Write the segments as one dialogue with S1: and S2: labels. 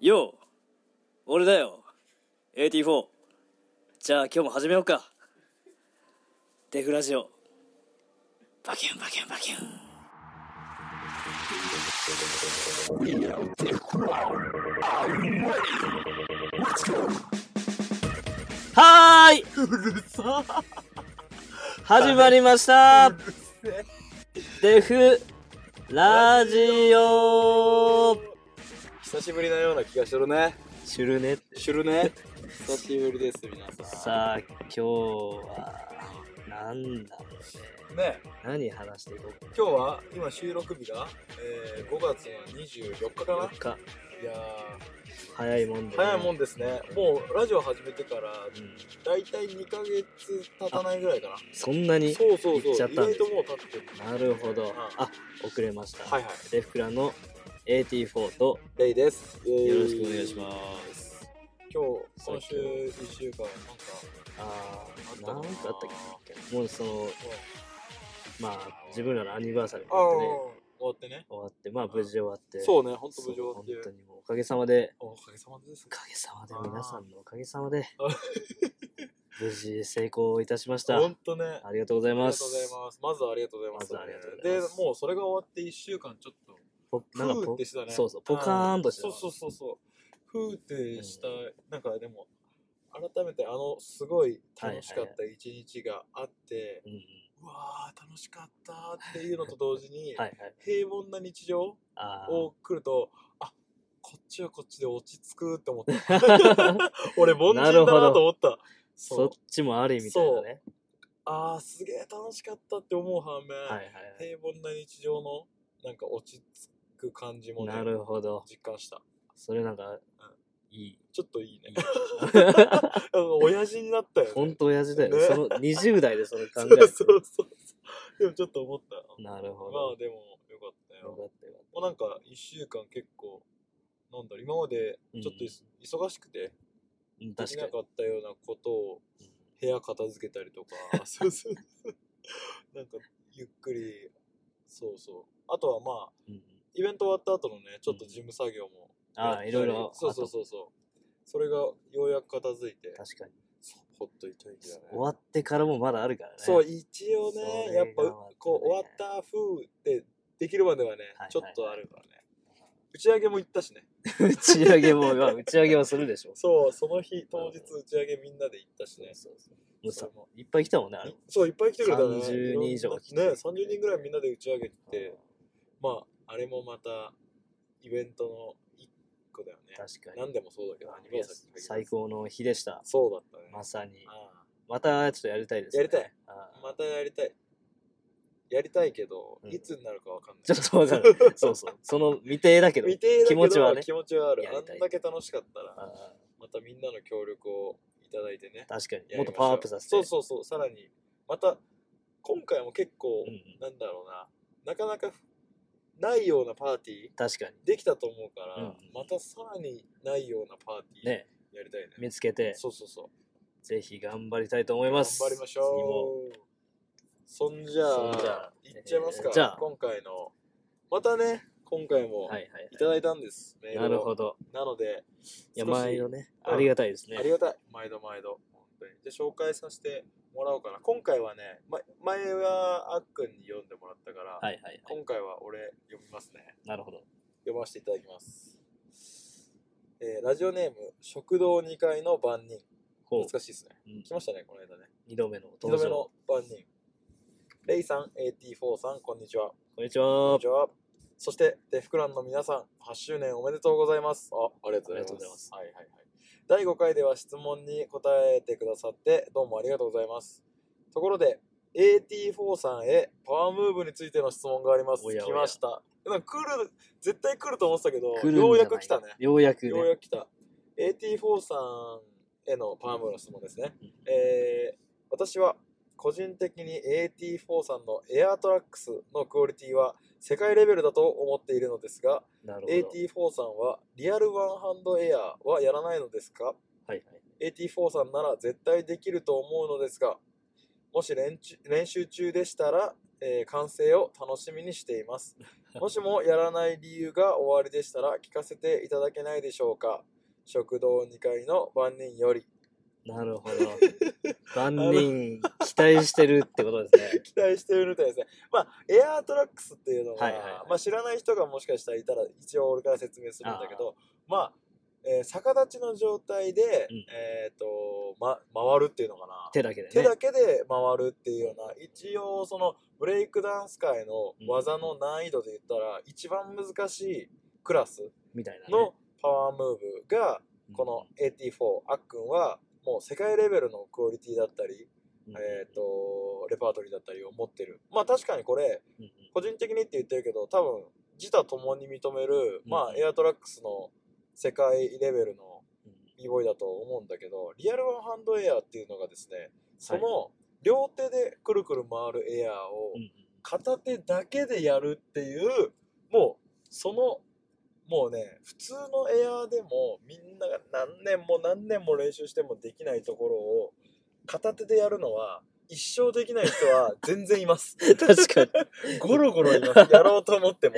S1: よう俺だよ AT4 じゃあ今日も始めようかデフラジオバキュンバキュンバキュンはーいう
S2: るさ
S1: 始まりました
S2: うるせえ
S1: デフラジオ
S2: 久しぶりなような気がするね
S1: シュルネ
S2: するね久しぶりです皆さ
S1: さあ今日はなんだろうね
S2: んね
S1: 何話していこう
S2: 今日は今収録日が、えー、5月の24日かな
S1: かか
S2: いや
S1: 早いもんで、ね、
S2: ー早いも
S1: ん
S2: んですねもうラジオ始めてから
S1: うん
S2: だいたい2ヶ月経たないぐらいかな
S1: そんなに
S2: そうそうそ
S1: 行っ
S2: う
S1: ちゃっ
S2: 意
S1: たんだ
S2: 外ともう経ってる
S1: なるほど
S2: ん
S1: あ遅れました、
S2: はいはい
S1: レフクラの AT4 と
S2: レイですよ
S1: よろしくお願いします
S2: 今日今週1週間なんか
S1: あ
S2: あっ
S1: ー
S2: たか
S1: なん
S2: な
S1: かあったっけもうそのまあ自分らのアニバーサリー
S2: ああ
S1: があってね
S2: 終わってね
S1: 終わってまあ無事終わって
S2: そうねほんと
S1: そ
S2: 無
S1: う
S2: 事終わ
S1: 本
S2: って
S1: 当にもうおかげさまで
S2: おかげさまです
S1: おかげさまで
S2: あー
S1: 皆さんのおかげさま で
S2: あ
S1: 無事成功いたしました
S2: ほんとねあ
S1: ありがとうござい
S2: りが
S1: ま
S2: と
S1: す
S2: うございますまずはありがとうございます
S1: まずはありがとうございます
S2: でもうそれが終わって1週間ちょっと
S1: ポなんか
S2: ふー
S1: ポ
S2: ってしたね
S1: そうそうポカーンとして
S2: そうそうそうそうふーってした、なんかでも改めてあのすごい楽しかった一日があって、
S1: うんうん
S2: うわー楽しかったっていうのと同時に、
S1: はいはい
S2: 平凡な日常
S1: あー
S2: を来るとあこっちはこっちで落ち着くっ て思った俺凡人だなと思った
S1: そっ
S2: そう
S1: ちもある意味みたいなね
S2: あーすげえ楽しかったって思う反面、
S1: はいはいはい
S2: 平凡な日常のなんか落ち着く感じもね
S1: なるほど
S2: 実感した
S1: それなんかいい
S2: ちょっといいね
S1: いい
S2: 親父になったよ、ね、
S1: ほんと親父だよね
S2: ね
S1: その20代でその考
S2: そう
S1: え
S2: そうそうでもちょっと思った
S1: なるほ
S2: まあ
S1: ど
S2: でもよかった
S1: よ
S2: よ
S1: かったよかっ
S2: もうなんか1週間結構なんだろう今までちょっといそ、忙しくて
S1: たうん
S2: で
S1: 確
S2: き
S1: か
S2: な
S1: に
S2: かったようなことを
S1: うん
S2: 部屋片付けたりと かそうそうそうなんかゆっくりそうそうあとはまあ
S1: うんうん
S2: イベント終わった後のねちょっと事務作業もやっ
S1: あ
S2: た
S1: あ
S2: り
S1: いろいろ
S2: そうそうそうそうそれがようやく片付いて
S1: あと確かに
S2: そうほっといといてだね
S1: 終わってからもまだあるからね
S2: そう一応
S1: それ
S2: ね
S1: が
S2: やっぱ
S1: またね
S2: こう終わった風ってできるまではね
S1: はいはい
S2: ちょっとあるからね打ち上げも行ったしね
S1: 打ち上げもまあ打ち上げはするでしょ
S2: そうその日当日打ち上げみんなで行ったしね
S1: そうそうもうさ
S2: それも
S1: いっぱい来たもんねあれ
S2: そういっぱい来てくれたね
S1: 30人以上来て
S2: ね30人ぐらいみんなで打ち上げてまああれもまたイベントの一個だよね
S1: 確かに
S2: 何でもそうだけどアニバーサリー
S1: 最高の日でした
S2: そうだったね
S1: まさに
S2: あ
S1: またちょっとやりたいですね
S2: やりたい
S1: あ
S2: あ
S1: ー
S2: またやりたいやりたいけど
S1: うん
S2: いつになるかわかんない
S1: ちょっとわかる そうそうその未定だけど
S2: 未定だけど
S1: 気持ちはね
S2: 気持ちはある
S1: や
S2: あ
S1: りたい
S2: んだけ楽しかったら
S1: あ
S2: またみんなの協力をいただいてね
S1: ー確かに
S2: やりましょう
S1: もっとパワーアップさせて
S2: そうそうそうさらにまた今回も結構、
S1: うんうん
S2: なんだろうななかなかないようなパーティー
S1: 確かに
S2: できたと思うから、
S1: うんうん
S2: またさらにないようなパーティ
S1: ね
S2: ーやりたいね
S1: 見つけて
S2: そうそうそう
S1: ぜひ頑張りたいと思い
S2: 頑
S1: ます
S2: 張りましょうそんじゃ
S1: そんじゃ
S2: あ
S1: あ
S2: いっちゃいますか、
S1: えーじゃあ
S2: 今回のまたね今回も、
S1: 次もはい
S2: い
S1: はいはい
S2: ただいたんです、メー
S1: な
S2: ル
S1: る
S2: を
S1: ほど
S2: なので
S1: いや
S2: 少し
S1: 毎度ね
S2: うん
S1: ありがたいですね
S2: ありがたい毎度毎度本当にで紹介させてもらおうかな今回はね、ま、前はあっくんに読んでもらったから、
S1: はいはいはい
S2: 今回は俺読みますね
S1: なるほど
S2: 読ませていただきます、えーラジオネーム食堂2階の番人
S1: ほ
S2: 懐かしいですね
S1: ううん
S2: 来ましたねこの間ね
S1: 二度目の
S2: 2度
S1: 登
S2: 目
S1: 場
S2: の番人レイさん AT4 さんこんにちは
S1: こんにち
S2: こん
S1: は
S2: にちはそしてデフクランの皆さん8周年おめでとうございますあありがとう
S1: あり
S2: ございます
S1: がとうございます
S2: はいはいはい第5回では質問に答えてくださってどうもありがとうございますところで AT4 さんへパワームーブについての質問があります
S1: おやおや
S2: 来ましたなんか来る絶対来ると思ってたけど
S1: 来るんじゃない
S2: ようやく来たね
S1: ようやくね
S2: ようやく来た。AT4 さんへのパームの質問ですね。えー私は個人的に AT4 さんのエアトラックスのクオリティは世界レベルだと思っているのですが、
S1: なるほど
S2: AT4 さんはリアルワンハンドエアはやらないのですか
S1: はいはい
S2: AT4 さんなら絶対できると思うのですが、 もし練習練習中でしたら、えー完成を楽しみにしています。もしもやらない理由が終わりでしたら聞かせていただけないでしょうか食堂2階の番人より
S1: なる ほど。万人期待してるってことですね。
S2: 期待してるみたいですねまあエアートラックスっていうのは,、
S1: はいはいはい
S2: まあ、知らない人がもしかしたらいたら一応俺から説明するんだけどまあ、えー逆立ちの状態で、
S1: うん
S2: えっ、と、ま、回るっていうのかな
S1: 手だけでね。
S2: 手だけで回るっていうような一応そのブレイクダンス界の技の難易度で言ったら一番難しいクラス
S1: みたいな、ね。
S2: のパワームーブが
S1: うん、
S2: この84あっくんはもう世界レベルのクオリティだったり、
S1: うん、
S2: えっ、とレパートリーだったりを持ってるまあ確かにこれ
S1: うんうん、
S2: 個人的にって言ってるけど多分自他共に認める、まあエアトラックスの世界レベルの
S1: うん
S2: b ボイだと思うんだけどリアルワンハンドエアーっていうのがですねその両手でくるくる回るエアーを
S1: うんうん
S2: 片手だけでやるっていうもうそのもうね普通のエアーでもみんなが何年も何年も練習してもできないところを片手でやるのは一生できない人 は全然います
S1: 確かに。
S2: ゴロゴロいますやろうと思っても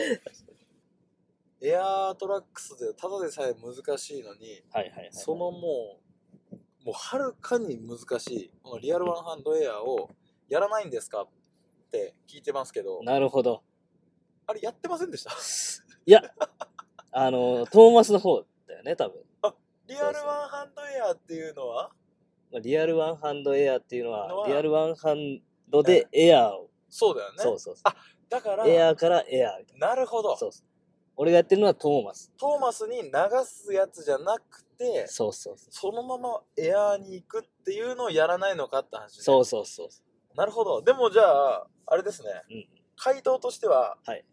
S2: エアートラックスでただでさえ難しいのに
S1: はいはいはい。
S2: そのもう、もうはるかに難しい、このリアルワンハンドエアをやらないんですかって聞いてますけど、
S1: なるほど。
S2: あれやってませんでした
S1: いや、あの、トーマスの方だよね、多分。
S2: リアルワンハンドエアっていうのは
S1: まあリアルワンハンドエアっていうのは、
S2: のは
S1: リアルワンハンドでエアーを。
S2: そうだよね。
S1: そうそうそ
S2: だから
S1: う。、エアーからエアーみたい
S2: なるほど
S1: な。。そうそう。俺がやってるのはトーマス。
S2: トーマスに流すやつじゃなくて、
S1: そうそうそう。
S2: そのままエアーに行くっていうのをやらないのかって話、ね、
S1: そうそうそう。
S2: なるほど。でもじゃあ、あれですね。
S1: うん
S2: 回答としては、
S1: はい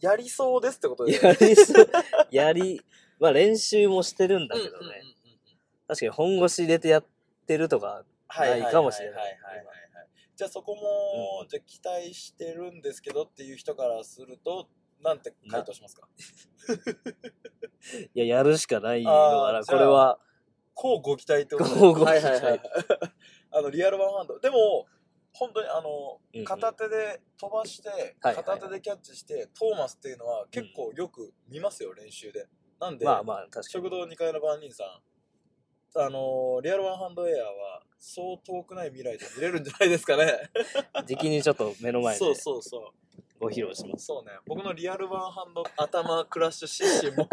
S2: やりそうですってことです
S1: や
S2: ね。
S1: り そう。やり、まあ練習もしてるんだけどね。
S2: うんうんうんうん
S1: 確かに本腰入れてやってるとか、ないかもしれない
S2: ははははいはいじゃあそこも、
S1: う
S2: じゃあ期待してるんですけどっていう人からするとなんて回答しますか
S1: いや、やるしかないのか
S2: あー
S1: な。
S2: じゃ
S1: こ
S2: あ
S1: れは、
S2: こうご期待ってこと
S1: 乞うご期
S2: はい
S1: 待
S2: はいはいあのリアルワンハンドでも本当にあの、
S1: うんうん
S2: 片手で飛ばして
S1: はいはい
S2: 片手でキャッチして、トーマスっていうのは結構よく見ますよ、練習でなんで、
S1: まあまあ、確かに。
S2: 食堂2階の番人さんあのリアルワンハンドエアはそう遠くない未来で見れるんじゃないですかね
S1: 時期にちょっと目の前で
S2: そうそうそう
S1: ご披露します。
S2: そうね、僕のリアルワンハンド頭クラッシュ失神も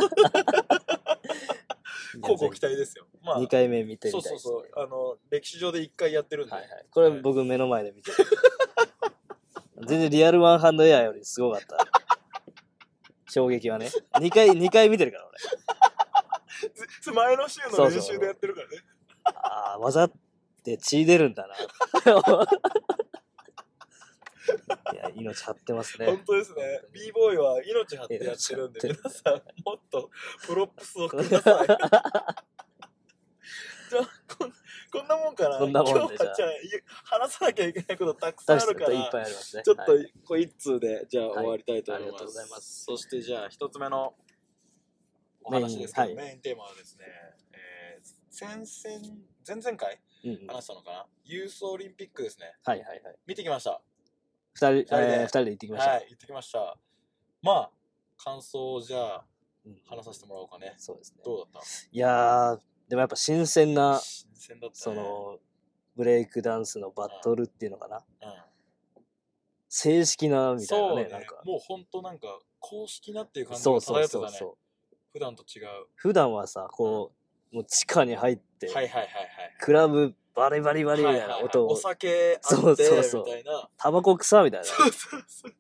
S2: こうご期 待ですよ。まあ
S1: 2、回目見てみた
S2: そ
S1: いうです、
S2: そ
S1: ね。
S2: うそう、あの歴史上で1回やってるんで、
S1: はいはい。これ僕目の前で見てる。全然リアルワンハンドエアよりすごかった。衝撃はね。2回、二回見てるから俺。
S2: ず前の週の練習でやってるからね。
S1: ああ、技って血出るんだな。いや、命張ってますね
S2: 本。当ですね。b ボーイは命張ってやってるんで、
S1: 命
S2: 皆
S1: 張
S2: さんもっとプロップスをください。 じゃあこんこんなもんかな
S1: こんなもんで
S2: 今日はじ
S1: じ
S2: ゃ
S1: ゃ
S2: あゆ話さなきゃいけないことたくさん
S1: 確
S2: あ
S1: か
S2: る
S1: に
S2: から。
S1: いっぱいあります ね。
S2: ちょっと
S1: はい
S2: こう一通でじゃあ
S1: はい
S2: 終わりたいと思い
S1: あ
S2: ます。
S1: りがとうございます
S2: そしてじゃあ一つ目のお話ですけど、
S1: メイ
S2: メ
S1: ン
S2: イン,、
S1: はい
S2: テーマはですね、えー、先々前々回
S1: うんうんは
S2: 話したのかな、ユースオリンピックですね。
S1: いはいはい。
S2: 見てきました。
S1: 二人、
S2: 人で
S1: えー、二人で行ってきました。
S2: はい、行ってきました。まあ感想をじゃあ
S1: うん
S2: 話させてもらおうかね。
S1: そうですね。
S2: どうだっ
S1: いやー、でもやっぱ新鮮
S2: た？
S1: な、
S2: 新鮮だった、ね。
S1: その、ブレイクダンスのバトルっていうのかな。
S2: うん、
S1: 正式な、みたい
S2: そ
S1: な
S2: う
S1: ね、
S2: ね
S1: なんか。
S2: もう本当なんか公式なっていう感じ
S1: そ
S2: が
S1: うそう
S2: 漂ってた
S1: そう
S2: ね。
S1: そう。
S2: 普段と違う。
S1: 普段はさ、こう、もう地下に入って、
S2: はいはいはいはい。
S1: クラブバリバリバリみたいな音
S2: お
S1: を、
S2: 酒あって
S1: そうそうそう
S2: みたいな
S1: タバコ臭みたいな。
S2: そうそうそう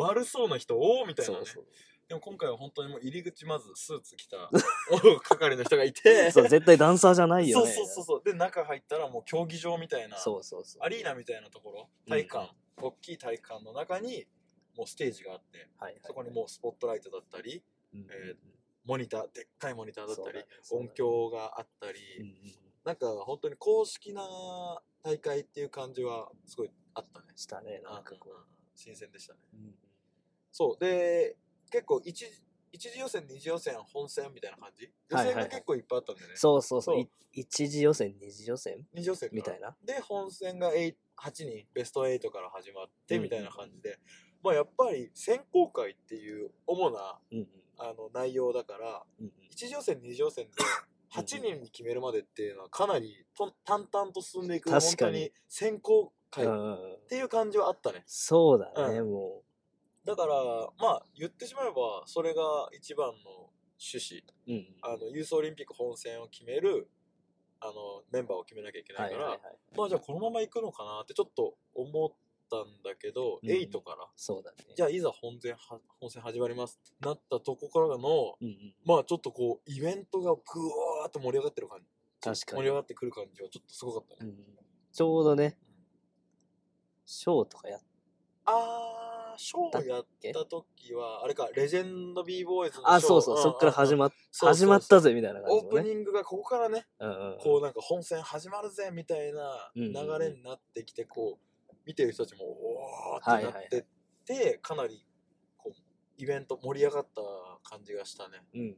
S2: 悪そうな人おーみたいな、ね
S1: そう、そう。
S2: でも今回は本当にもう入り口まずスーツ着 たお係の人がいて
S1: そう、絶対ダンサーじゃない
S2: そ
S1: よ
S2: う
S1: ね。
S2: そうそうそうで中入ったらもう競技場みたいな
S1: そうそうそう。
S2: アリーナみたいなところ体育館、大きい体育館の中にもうステージがあって
S1: はいはい。
S2: そこにもうスポットライトだったり
S1: うんうんうん、
S2: えモニターでっかいモニターだっ
S1: そ
S2: た
S1: う
S2: り、
S1: だねそうだ
S2: 音
S1: ね
S2: 響があったり、
S1: うんうんうん
S2: なんか本当に公式な大会っていう感じはすごいあったね
S1: したね、なんかこ
S2: うんうんうん新鮮でしたね
S1: う。うん
S2: そうで結構一次一次予選二次予選本戦みたいな感じ予
S1: はいはい
S2: 選
S1: はい
S2: が結構いっぱいあったんでね、
S1: そうそうそう
S2: そう
S1: い一次予選、二次予選
S2: 二次予選か
S1: みたいな。
S2: で本戦が8人ベスト8から始まって
S1: うん
S2: みたいな感じで、まあ、やっぱり選考会っていう主な
S1: うんうん
S2: あの内容だから
S1: うん
S2: 1次予選2次予選で8人に決めるまでっていうのはかなりと淡々と進んでいく
S1: 確かに
S2: 本当に選考
S1: う
S2: 会っ
S1: んうん
S2: ていう感じはあったね
S1: そうだねも
S2: だからまあ言ってしまえばそれが一番の趣旨
S1: ううん
S2: あのユースオリンピック本戦を決めるあのメンバーを決めなきゃいけないから、まあじゃあこのまま行くのかなってちょっと思ったんだけど、
S1: うん
S2: 8から
S1: そうだね
S2: じゃあいざ本戦は本戦始まりますってなったとこからの
S1: うんうん
S2: まあちょっとこうイベントがぐわーっと盛り上がってる感じ
S1: 確か
S2: 盛
S1: に
S2: り上がってくる感じはちょっとすごかったね、
S1: うんちょうどねショーとかやっ
S2: あーショーをやっ
S1: け
S2: た時はあれかレジェンド b ボーイズのショー
S1: あそうそうそっから始
S2: っ
S1: まっ
S2: そうそ
S1: 始
S2: う
S1: まったぜみたいな感じ
S2: オー
S1: の
S2: プ
S1: ね
S2: ニングがここからね
S1: うんうんうん
S2: こうなんか本戦始まるぜみたいな
S1: うんうん
S2: 流
S1: うん
S2: れになってきてこう見てる人たちもおーってなってって、かなりこうイベント盛り上がった感じがしたね、
S1: うんうん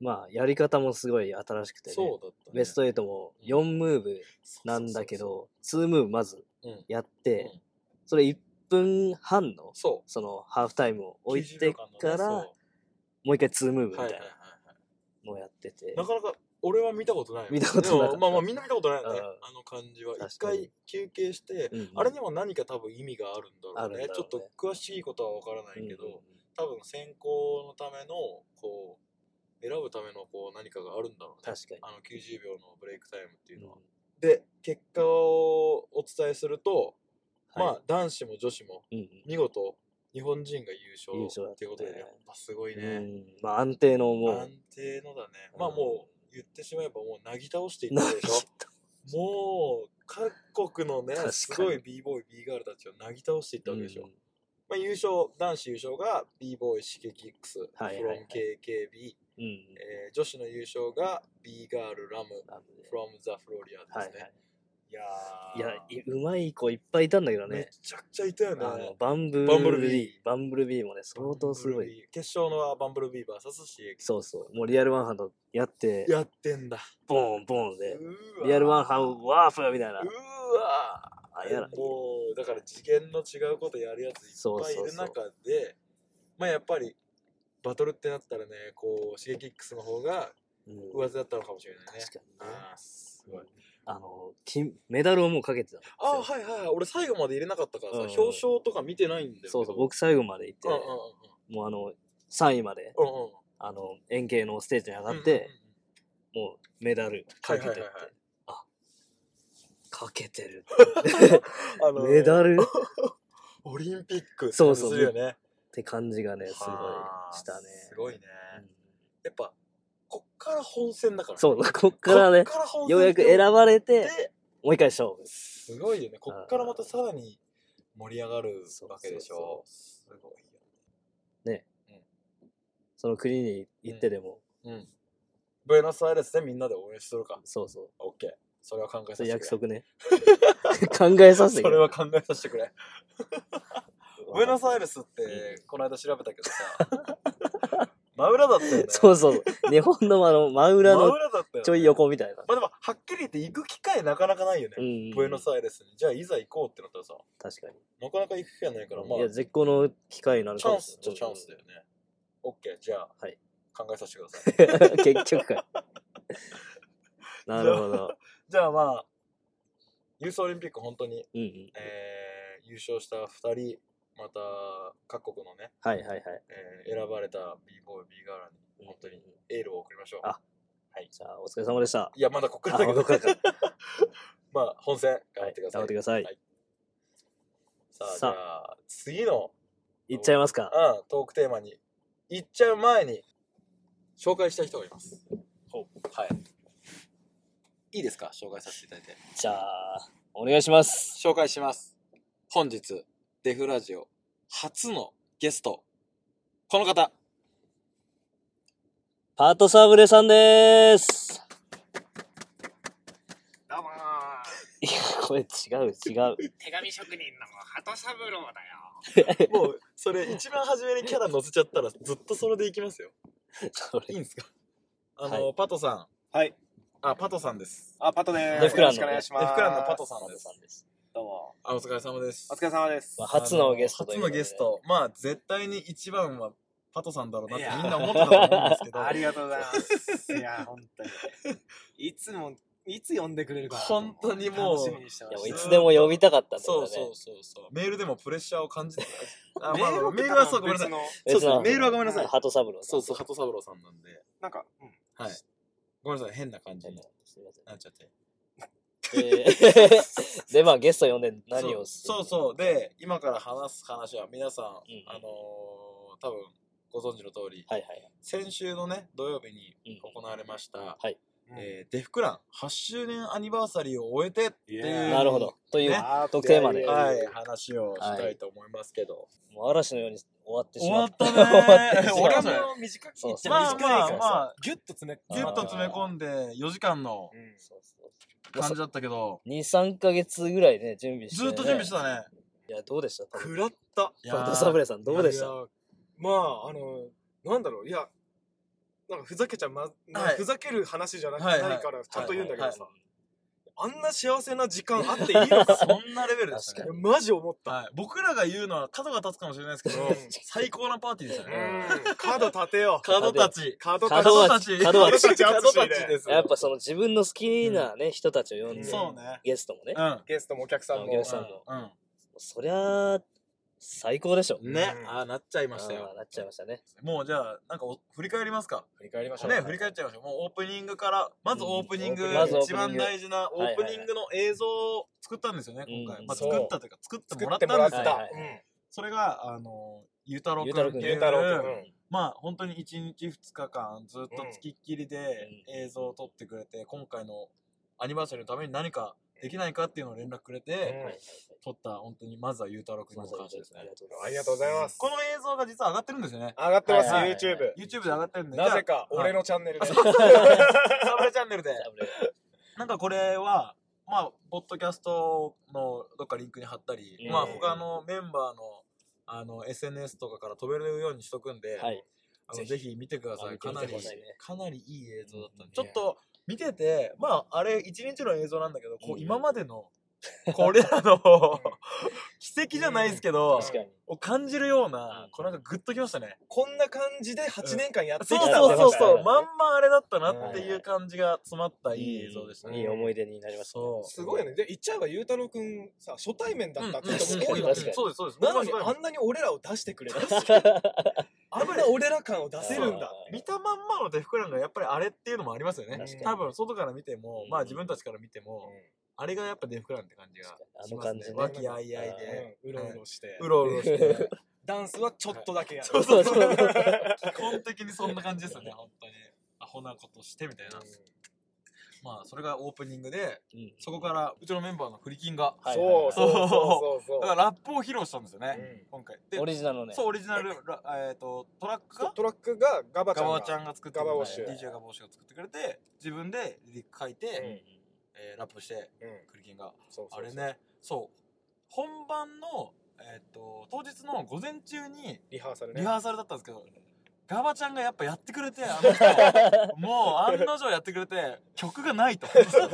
S1: まあやり方もすごい新しくてね
S2: そうだった、ね、
S1: ベスト8も4ムーブなんだけど2ムーブまず
S2: うん
S1: やっ
S2: う
S1: て
S2: ん
S1: それ1分半の
S2: そう
S1: そのハーフタイムを置い
S2: 90
S1: て
S2: 秒
S1: か
S2: 間の
S1: ら
S2: ねそ
S1: もう一回2ムーブ
S2: う
S1: みた
S2: はいはい
S1: い
S2: はい
S1: な
S2: はい
S1: のをやってて
S2: なかなか俺は見たことないよ
S1: 見たことなかった
S2: でもまあまあみんな見たことないよね、
S1: うん
S2: あの感じは一
S1: 確かに
S2: 回休憩して、
S1: うんうん
S2: あれにも何か多分意味があるんだろうね
S1: あるんだろうね
S2: ちょっと詳しいことは分からないけど、
S1: うんうん
S2: 多分選考のためのこう選ぶためのこう何かがあるんだろうね
S1: 確かに
S2: あの90秒のブレイクタイムっていうのは、
S1: うん
S2: で結果をお伝えすると、ま
S1: は
S2: あ男子も女子も
S1: いうん
S2: 見事日本人が優勝
S1: 優勝だったね
S2: っていうことでねやっぱすごいね、
S1: うんうんまあ安定のも
S2: 安
S1: う
S2: 定のだね、
S1: うん
S2: まあもう言ってしまえばもうなぎ倒していっ
S1: な
S2: たでしょもう各国のね
S1: 確かに
S2: すごい b ボーイ b ガールたちをなぎ倒していったわけでしょ、
S1: うん
S2: まあ、優勝男子優勝が b ボーイ s h i g e k i x
S1: はいはいはい
S2: from KKB、
S1: うんうん
S2: えー女子の優勝が b ガールラム
S1: ラブで
S2: from the Floria
S1: は
S2: で
S1: い
S2: すね、
S1: はい
S2: い
S1: いや
S2: やー
S1: い、うまい子いっぱいいたんだけど
S2: め
S1: ね。
S2: ちゃくちゃいたよ
S1: あ
S2: ね
S1: の、バンブ
S2: バンブル
S1: ル
S2: ビー
S1: ビー、バンブルビーもね、相当すご
S2: バンブル
S1: い。
S2: ビー決勝のはバンブルビー VSCX
S1: そうそう。もうリアルワンハンドやって、
S2: やってんだ
S1: ボーンボーンで、
S2: うわ
S1: リアルワンハンドワーフみたいな
S2: う。わー
S1: あ、やら。
S2: もうだから次元の違うことやるやついっぱいいる
S1: そう
S2: 中でまあやっぱりバトルってなったらねこう Shigekix の方が
S1: うん
S2: 上手だったのかもしれないね
S1: 確かにね。
S2: ああすごい
S1: あの、金メダルをもうかけてたんですよ。
S2: ああはいはいはい俺最後まで入れなかったからさ、
S1: うんうん
S2: 表彰とか見てないんだよけど
S1: そうそう、僕最後まで行って
S2: うんうん、
S1: もうあの、3位まで、
S2: うんうんうん
S1: あの、円形のステージに上
S2: うん
S1: がって、もうメダルかけてって
S2: はいはいはいはい。
S1: あ、かけてる。
S2: あの
S1: メダル
S2: オリンピック
S1: そうそう
S2: するよね
S1: って感じがね、すごい
S2: はあ
S1: したね。
S2: すごいね
S1: うん
S2: やっぱこっから本戦だから
S1: そう、こっからね
S2: こ、っから本戦
S1: ようやく選ばれて、
S2: で
S1: もう一回勝負。
S2: すごいよね。こっからまたさらに盛り上がるわけでしょ。すごい
S1: その国に行ってでも、
S2: よ。うん。ブエノスアイレスでみんなで応援するか。
S1: そうそう。
S2: オッケー。それは考え
S1: そ
S2: さ
S1: う
S2: せてくれ
S1: 約。束ね。考えさせて
S2: それは考えさせてくれ。ブエノスアイレスって、この間調べたけどさ、 真裏だったよね。
S1: そうそうそう。日本のあの、真裏
S2: 真
S1: の
S2: 裏だったよね。
S1: ちょい。横みたいな。
S2: まあでも、はっきり言って行く機会なかなかないよ
S1: う
S2: ね。
S1: ん。
S2: ブエノスアイレスに。じゃあいざ行こうってなったらさ、
S1: 確かに。
S2: なかなか行く機会ないから、ま
S1: い
S2: あ
S1: や、、絶好の機会なの
S2: チャンスっちゃチャンスだ
S1: で
S2: よね。オッケー、じゃあ
S1: はい、
S2: 考えさせてください。。
S1: 結局か。なるほど。
S2: じゃあまあ、ユースオリンピック本当に、
S1: うんうん。
S2: えー優勝した2人、また各国のね、
S1: はいはいはい。
S2: えー選ばれた b ボーイ b ガーラに本当にエールを送りましょう。
S1: あじゃあ、お疲れ様でした。
S2: いや、まだこっか
S1: あ、
S2: らだけ
S1: 本
S2: ど、
S1: 当か。 はい
S2: まあ本戦頑張って
S1: 頑
S2: ください。
S1: 張ってください
S2: は。いさあ、
S1: さあ
S2: じゃあ次の、
S1: 行っちゃいますか。
S2: うん、トークテーマに行っちゃう前に紹介したい人がいます。はい。いいですか紹介させていただいて。
S1: じゃあ、お願いします。
S2: 紹介します本日デフラジオ初のゲストこの方
S1: パートサーブレさんでーす。
S3: どうもー
S1: いや、これ違う、違う。
S3: 手紙職人の鳩三郎だよ
S2: もうそれ一番初めにキャラ乗せちゃったらずっとそれでいきますよ
S1: それ
S2: いいんですかあの、
S1: は
S2: パトさん
S3: はい
S2: あパトさんです
S3: あパトでーす
S1: レフクランの
S3: よろしくお願いします
S2: レフクランのパトさん
S1: です。
S4: どうも。
S2: あお疲れ様です
S4: お疲れ様です。
S1: まあ初のゲストと
S2: 初
S1: いう
S2: の
S1: ことで
S2: ゲストまあ絶対に一番はパトさんだろうなってみんな思ってたと思うんですけど
S4: ありがとうございます。いや、本当に。いつも、いつ呼んでくれるかなと思って。
S2: 本当にもう
S4: 楽しみにしてま
S1: いやも
S4: し
S1: うい
S4: た。
S1: つでも呼びたかったんだけど
S2: そう
S1: ね
S2: そうそうそうメールでもプレッシャーを感じてたあ、
S4: メ
S2: まあ
S4: ー
S2: ま
S4: ル
S2: あ、
S4: を
S2: メ
S4: 送っ
S2: ー
S4: たの
S2: ルはそうごめんな
S4: 別
S2: さい
S4: の
S2: そうそうメ
S1: 別
S2: ールはごめんなさい
S1: 鳩三郎
S2: そうそう
S1: う
S2: 鳩三郎さんなんで
S4: なんか、うん
S2: はいごめんなさい変な感じに
S1: すいません
S2: なっちゃって
S1: えー でまあゲスト呼んで何をする
S2: そうそうそうで今から話す話は皆さん、
S1: ん
S2: あのー多分ご存知の通り
S1: はいはい
S2: 先週のね土曜日に
S1: うん
S2: 行われました、
S1: はい
S2: えーデフクラン8周年アニバーサリーを終えてってい
S4: いや
S2: う
S4: ー
S1: なるほどという
S2: ね
S1: 特テーマで
S2: はい、話をしたいと思いますけど、
S1: もう嵐のように終わってし
S2: 終
S1: ま
S2: わ
S1: っ
S2: ったた
S1: 終わって
S2: ね
S1: しまっ
S2: 俺
S1: た
S2: も
S4: 短く
S1: そう
S4: 言っちゃ
S2: まあ
S4: 短いから
S2: まあ
S4: さ
S2: まあ
S4: ギュッと詰め
S2: ギュッと詰め込んで4時間の
S4: うん
S1: そうそう
S2: 感じだったけど
S1: 23か月ぐらいね準備して、
S2: ず
S1: ね、
S2: っと準備してた ね
S1: いやどうでした
S2: 食らったいやー
S1: ドサブレさんどうでした
S5: いやまああのなんだろういやなんかふざけちゃま、まあ
S2: はい
S5: ふざける話じゃな,、
S2: はいはい
S5: ないからちゃんと言うんだけどさ、
S1: は
S5: あんな幸せな時間あっていいのか
S2: そんなレベルでした
S1: 確
S2: ね
S1: か
S5: いやマジ思った、
S2: はい、僕らが言うのは角が立つかもしれないです けど
S5: うん
S2: 最高なパーティーでしたね
S5: うん、カード立てよう
S2: 角立ち
S5: カード
S1: 角
S5: 立て
S1: は
S5: よ
S2: 角立ち
S1: 角は
S5: 角立
S2: 角
S5: ち
S2: 立ちです
S1: やっぱその自分の好きなね、人たちを呼んで、
S2: そうね
S1: ゲストもね、
S2: うん
S5: ゲストもお客さんも
S1: お客さんも
S2: うん
S1: そりゃあ最高でしょ
S2: うんね
S5: うん
S2: ああなっちゃいました
S1: あ
S2: よ
S1: あなっちゃいましたね
S2: もうじゃあなんかお振り返りますか
S5: 振り返りましょう
S2: ね振り返っちゃいましょうもうオープニングからまずオープニング
S1: うんまずオープ
S2: 一
S1: ニング
S2: 番大事なオ
S1: はいはい
S2: ープニングの映像を作ったんですよね今
S1: う
S2: 回
S1: ん
S2: まあ
S5: そう
S2: 作ったというか作っても
S5: 作
S2: ら
S5: っ
S2: ってた
S5: もら
S2: ん
S5: っ
S2: で
S5: た
S2: す
S1: はい
S2: よ
S1: はい
S2: それがあのゆうたろう
S1: ゆ
S2: く
S1: うたろうんくん
S2: って
S5: ゆ
S2: いう
S5: たろうくん、
S2: まあ本当に1日2日間ずっとつきっきりで
S1: うん
S2: 映像を撮ってくれて今回のアニバーサリーのために何かできないかっていうのを連絡くれ
S5: う
S2: て
S5: ん
S1: はいはいはい
S2: 撮った本当にまずはゆうたろうくん
S1: ま
S2: の
S1: ずは
S2: 感謝ですね
S5: ありがとうございます
S2: この映像が実は上がってるんですよね
S5: 上がってます、
S1: はいはいはい
S2: YouTube
S5: YouTube
S2: で上がってるんで
S5: なぜか
S2: じゃあ
S5: 俺のチャンネルで、
S2: サブレチャンネルで
S1: ダブル
S2: なんかこれはまあポッドキャストのどっかリンクに貼ったり
S1: うん
S2: まあ他のメンバーのあの SNS とかから飛べるようにしとくんで、
S1: はい
S2: あの
S1: ぜひ
S2: ぜひ見てくださ
S1: あ
S2: い。
S1: 見て
S2: か
S1: み
S2: な
S1: て
S2: り、
S1: くださいね
S2: かなりいい映像だったん
S5: うん
S2: で。ちょっと見てて、まあ、あれ一日の映像なんだけど、
S1: う
S2: こうん今ま での、これらの、奇跡じゃないですけど、
S1: 確かに
S2: を感じるよう
S1: う、
S2: なんこうなんかグッときましたね。
S5: こんな感じで8年間やってき
S2: そう
S5: たんだ
S2: そうそうそう、
S1: うん
S2: まんまあれだったなっていう感じが詰まったいい映像でした
S1: い
S2: ね。
S1: い思い出になりましたね
S2: そう。
S5: すごいよねで言っちゃえばゆうたろうくんさ初対面だ
S2: うん。
S5: っ
S2: うん
S5: た
S2: う
S5: っ
S2: ん
S5: て人
S2: そう
S5: も多いわ
S1: 確
S2: で
S5: け
S2: す
S1: かに
S2: そうです。
S5: なのに
S2: まあ
S5: あんなに俺らを出してくれたし あんな俺ら感を出せるんだ
S1: あー
S2: 見たまんまのデフクランがやっぱりあれっていうのもありますよね
S5: 確かに
S2: 多分外から見ても、
S1: うん
S2: まあ自分たちから見ても、あれがやっぱデフクランって感じが
S1: 確かにあ
S2: しますね
S1: の
S2: 和
S1: 感
S5: じね
S2: 気あいあいで
S5: うんうろうろして
S2: うろうろして
S5: ダンスはちょっとだけやる
S2: そうそうそう基本的にそんな感じですよね本当にアホなことしてみたいな、まあそれがオープニングで
S1: うん
S2: そこからうちのメンバーのフリキンが
S1: はいはい
S5: そ
S1: は
S5: う
S1: い
S5: そうそうそう
S2: だからラップを披露したんですよね、
S5: うん
S2: 今回で
S1: オリジナルのね
S2: そうオリジナルラえっ、とトラック
S5: そう
S2: が
S5: トラックがガバち
S2: ガ
S5: ゃん
S2: バ
S5: が
S2: オちゃんが作って
S5: ガバオシュ
S2: DJ ガバオシュが作ってくれて自分でリリック書いて、
S5: うん
S2: えーラップして
S5: うん
S2: クリキンが
S5: そうそうそう
S2: あれねそう本番の、えっと当日の午前中に
S5: リハーサルね
S2: リハーサルだったんですけど、ガバちゃんがやっぱやってくれてあの 人もう案の定やってくれて曲がないと
S1: ちょ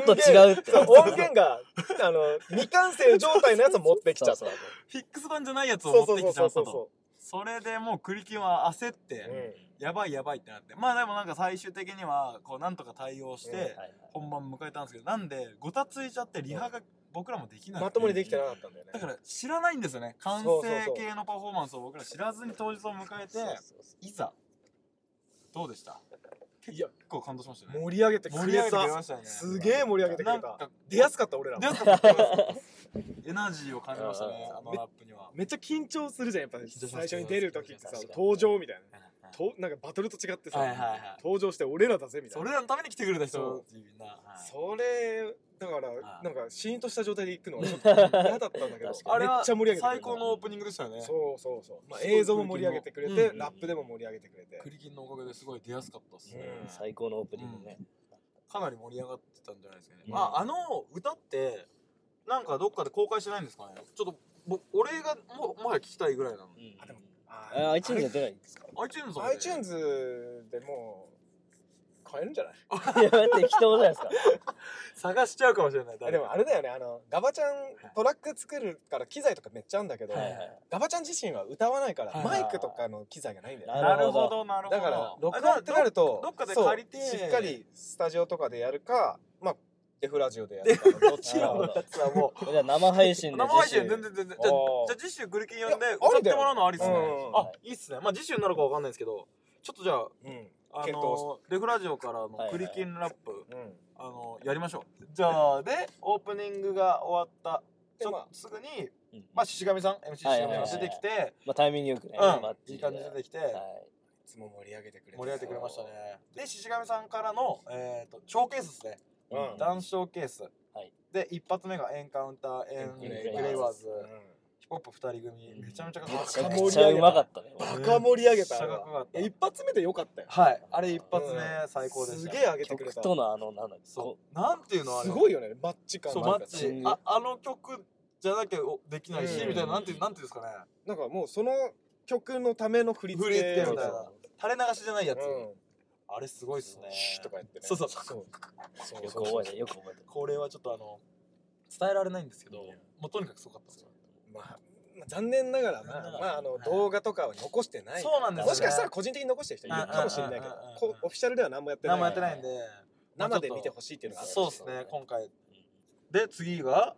S1: っと違うって
S5: そう音源があの未完成状態のやつを持ってきちゃった
S1: そうそう
S2: フィックス版じゃないやつを
S5: そう
S2: 持
S5: そ
S2: っ
S5: う
S2: て
S5: そ
S2: き
S5: う
S2: ちゃ
S5: そう
S2: った
S5: そう
S2: とそれでもうクリキンは焦って、やばいやばいってなってまあでもなんか最終的にはこうなんとか対応し
S5: うん
S2: て
S1: はいはい
S2: 本番迎えたんですけどなんでごたついちゃってリハが僕らもできなくて
S5: まともにできてなかったんだよね
S2: だから知らないんですよね完
S5: そうそう
S2: 成
S5: そう
S2: 形のパフォーマンスを僕ら知らずに当日を迎えて
S1: そうそう
S2: いざどうでした
S5: いや
S2: 結構感動しましたね
S5: 盛り上げて
S2: 盛
S5: く
S2: り上げ
S5: れ
S2: てくれ
S5: た
S2: ましたね
S5: すげえ盛り上げてく
S2: な
S5: れ
S2: ん
S5: た
S2: か
S5: 出やすかった俺らも
S2: 出やすかったエナジーを感じましたね
S1: うん
S2: あのラップには
S5: めっちゃ緊張するじゃんやっぱ
S2: 張します
S5: 最初に出る時ってさ
S1: 確かに
S5: 登場みたいな
S2: は
S5: となんかバトルと違ってさ、
S2: いはいはい
S5: 登場して俺らだぜみたい
S2: そ
S5: な
S2: れらのために来てくれた人
S5: そ
S2: みんなはい
S5: それだから
S2: はい
S5: なんかシーンとした状態で行くのはちょっと嫌だったんだけど
S1: 確
S2: あ
S1: か
S2: れ
S5: めっ
S2: は
S5: ちゃ盛り上げてくれた
S2: 最高のオープニングでしたよね
S5: そうそうそう、まあ、
S2: すごい
S5: 映像も盛り上げてくれて、
S2: うん
S5: ラップでも盛り上げてくれて、
S2: クリキンのおかげですごい出やすかったっすね
S5: うん
S1: 最高のオープニングね
S2: かなり盛り上がってたんじゃないですかね、
S1: うん
S2: ああの歌ってなんかどっかで公開してないんですかねちょっとぼ俺がももはや聞きたいぐらいなのに
S1: うん
S5: あでも
S1: あ iTunes で出ないんですか
S2: iTunes とかで
S5: iTunes でもう買えるんじゃない
S1: いや適当じゃないですか
S2: 探しちゃうかもしれない
S5: あでもあれだよねあのガバちゃんトラック作るから機材とかめっちゃあるんだけど、
S1: はいはい
S5: ガバちゃん自身は歌わないから、
S1: はい
S5: マイクとかの機材がないんだよね
S1: なるほ
S3: ど、なる
S5: だから録音ってなると
S3: どっかで
S5: そう
S3: 借りて
S5: しっかりスタジオとかでやるかまあデフラジオでやるかのどっ
S1: な
S5: ち
S1: る
S5: か
S1: ほど
S2: つはも
S1: じゃあ生配信で
S3: 生配信全然全然。じゃあ、じゃ
S5: おー
S3: あ次週グリキン呼んで
S5: いや
S3: 歌ってもらうのありっす
S5: ありだ
S3: ね。
S5: よ
S2: うあいいっすねまあ次週になるかわかんないですけどちょっとじゃあ
S5: うん
S2: あ
S5: 検討
S2: のレフラジオからの
S1: はいはい
S2: クリキンラップ
S5: うん
S2: あのやりましょうじゃあでオープニングが終わった
S5: で
S2: ちょ
S5: まあ
S2: すぐに
S1: うん
S2: まあ獅子神さん MC 獅子神さん出てきて
S1: まあタイミングよくね
S2: うんいい感じで出てきて
S1: はい
S5: いつも盛り上げてくれて
S2: 盛り上げてくれましたねで獅子神さんからのえっとショーケースですね
S5: うん
S2: ダンショーケース
S1: はい
S2: で一発目がエンカウンターエング
S5: エングレイバーズ
S2: レイバーズ
S5: う
S2: ヒップホップ二人組めちゃめちゃかっこよ
S1: め
S2: かっ
S1: ちゃ
S2: た
S1: くちゃうまかったね
S5: んバカ盛り上げた
S2: めっちゃ
S5: あれ
S2: かっ
S5: は
S2: こよかっ
S5: い
S2: た
S5: や一発目でよかったよ
S2: はいあれ一発目最高でし
S5: す
S2: た
S5: げえ上げてくれ
S1: 曲
S5: た
S1: とのあのなんだこ
S2: そうなんていうのあれ
S5: すごいよねマッチ感
S2: そうマ
S5: なん
S2: ッ
S5: か
S2: チ
S1: うん
S2: ああの曲じゃなきゃおできないし
S5: うん
S2: みたいななんていうなんていうんですかね
S5: なんかもうその曲のための振り付け
S2: 振り付けみたいな
S5: う
S2: 垂れ流しじゃないやつ
S5: ん
S2: あれすごいっすね
S5: シュッとかやってね
S2: そうそう
S5: そうそう
S1: よく覚えてるよく覚えてる
S2: これはちょっとあの伝えられないんですけど
S5: いや
S2: もうとにかくすごかったっす
S5: まあまあ残念ながらま
S2: 残念なが
S5: あ
S2: ら
S5: まああの
S2: はい
S5: 動画とかは残してない
S2: そうなんですよね
S5: もしかしたら個人的に残してる人いるかもしれないけど
S2: うんうんうんうんうん
S5: こうオフィシャルでは何もやってない
S2: 何もやってないんで
S5: 生で見てほ
S2: し
S5: しいっていうのがある
S2: そうですね今回で次が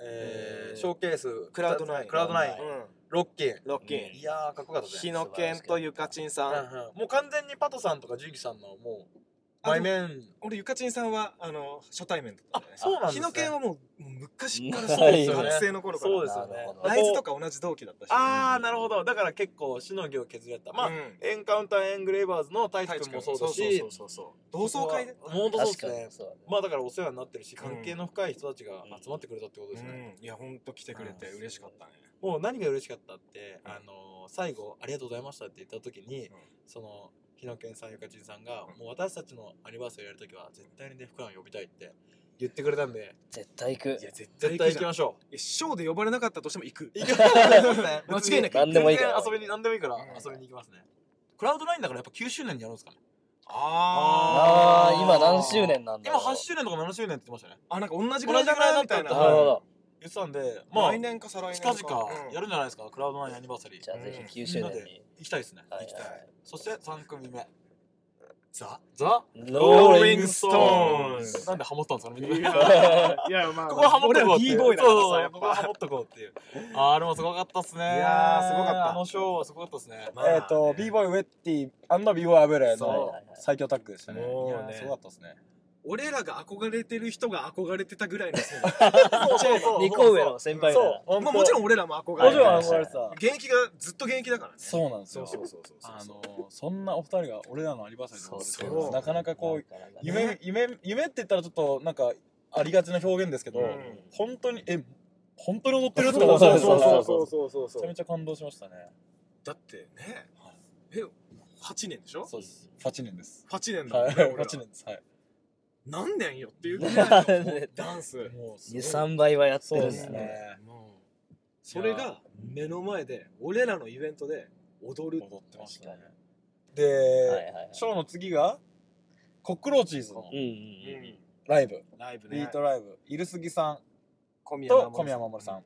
S2: え
S5: え
S2: ー
S5: ー
S2: ショーケース
S5: クラウドナイン
S2: クラウドナイン
S5: うん
S2: ロッキン
S5: ロッキ
S1: うん
S5: ン
S2: いやーかっこよかったね
S5: 日野健とゆかちんさん
S2: うんうんもう完全にパトさんとかジュンキさんのもう前面
S5: 俺ゆかちんさんはあの初対面だったんだよね
S2: あそうなんですね
S5: 日野健はもうもう昔から
S1: うん
S5: そう
S1: は
S5: で
S1: い
S5: すよ学生の頃か
S2: そう
S5: ら
S2: ですよね
S1: なるほど
S5: 大豆とか同じ同期だったし
S2: ああなるほどだから結構しのぎを削り合ったまあ、
S5: うん
S2: エンカウンターエングレイバーズの太一君もそうだし
S5: そうそうそうそう同窓会で
S2: ここは本当そう
S1: 確
S2: です
S1: か
S2: ね
S1: にそうだね
S2: まあだからお世話になってるし
S5: ん
S2: 関係の深い人たちが集まってくれたってことですね、
S5: うんいやほんと来てくれて嬉しかったね
S2: もう何が嬉しかったって、
S5: うん
S2: あの最後「ありがとうございました」って言った時に、
S5: うん
S2: その日野健さんゆかちんさんが、
S5: うん
S2: もう私たちのアニバーサリーやる時は絶対にデフクラウン呼びたいって言ってくれたんで
S1: 絶対行く
S5: いや絶対
S2: 絶
S5: 行く
S2: 対行
S5: じゃん
S2: きましょう
S5: えショーで呼ばれなかったとしても行く
S2: 行きましょう
S5: 間違いなく
S1: 何でもいいか
S2: 全
S1: ら
S2: 然遊びに何でもいいから
S5: うん
S2: 遊びに行きますね、クラウドナインだからやっぱ9周年にやるんですかね
S1: あ
S5: ー
S1: あ今何周年なんだ
S2: 今
S1: ろう
S2: 8周年とか7周年って言ってましたね
S5: あなんか同じぐらいだなみたいな
S2: 同じぐらいだ
S1: なる
S2: った
S1: ほど
S2: 言ってたんでま
S5: ま
S2: あ
S5: あ来年か再来年
S2: 近々や
S5: る
S2: るんじゃないですか、クラウドナインアニバーサリー
S1: じゃあぜひ9周年に
S2: 行きたいですね、
S1: はい
S2: 行きたいそして3組目
S5: ザ
S2: ザ・
S1: ローリングス
S5: ス
S1: ト
S5: ト
S1: ー
S5: ー
S1: ン
S5: ン
S2: なんでハモったんですかねみんなね
S5: いやまあ
S2: ここはハモっと
S5: 俺
S2: こう
S5: は
S2: ってい
S5: B
S2: う
S5: ボーイだからさ
S2: そう
S5: や
S2: そ
S5: っ
S2: うここは
S5: ぱ
S2: ハモっとこうっていうあーあれもすごかったっすねい
S5: やーすごかった
S2: あのショーはすごかったっすね
S5: まあ
S3: えっ、と、b ボーイウェッティアンド b ボーイアブレ
S1: はいはい
S3: の
S1: はい
S3: 最強タッグでしたね。
S5: もう
S3: い
S5: ね
S3: やーすごかったですね。
S5: 俺らが憧れてる人が憧れてたぐらいの世代
S2: そうそうそう
S1: 二個上の先輩だ
S2: そ
S1: な
S2: う本当
S5: まあもちろん俺らも憧
S3: も
S5: れ
S3: ち
S5: て
S3: ろん
S5: た
S3: 憧れてた。
S5: 現役がずっと現役だからね
S3: そうなんです
S5: そ
S3: よ
S5: う。そうそうそう
S3: あ
S5: そう
S3: のー、そんなお二人が俺らのアニバーサリー
S1: そ
S3: の
S1: う
S3: こと
S1: そ
S3: で
S1: う
S3: なかなかこう、
S1: なんか
S3: 夢、夢、夢って言ったらちょっとなんかありがちな表現ですけど、
S5: うん
S3: 本当に、え、本当に踊ってるって
S1: そう
S3: 思ったんですよね
S5: そうそうそう
S3: めちゃめちゃ感動しましたね。
S5: だってね
S3: はい
S5: え8年でしょ
S3: そうです。8年です。
S5: 8年だも
S3: は
S5: ん
S3: い。
S5: ね
S3: 8
S5: 俺ら
S3: 年です。はい。
S5: 何年よっていうぐらいのダンス
S3: もうすごい
S1: 23倍はやって
S3: そう
S1: る
S3: で
S1: んですす
S3: ね
S1: ね。
S5: もうそれが目の前で俺らのイベントで踊る
S3: 踊ってましたね
S1: 確。
S3: で、
S1: はいはいはい
S3: ショーの次が、コックローチーズの
S1: うんうんうん
S3: ライブ。
S5: ライブ
S3: ビートライブ、イルスギさん
S5: 小宮
S3: と小宮守さん。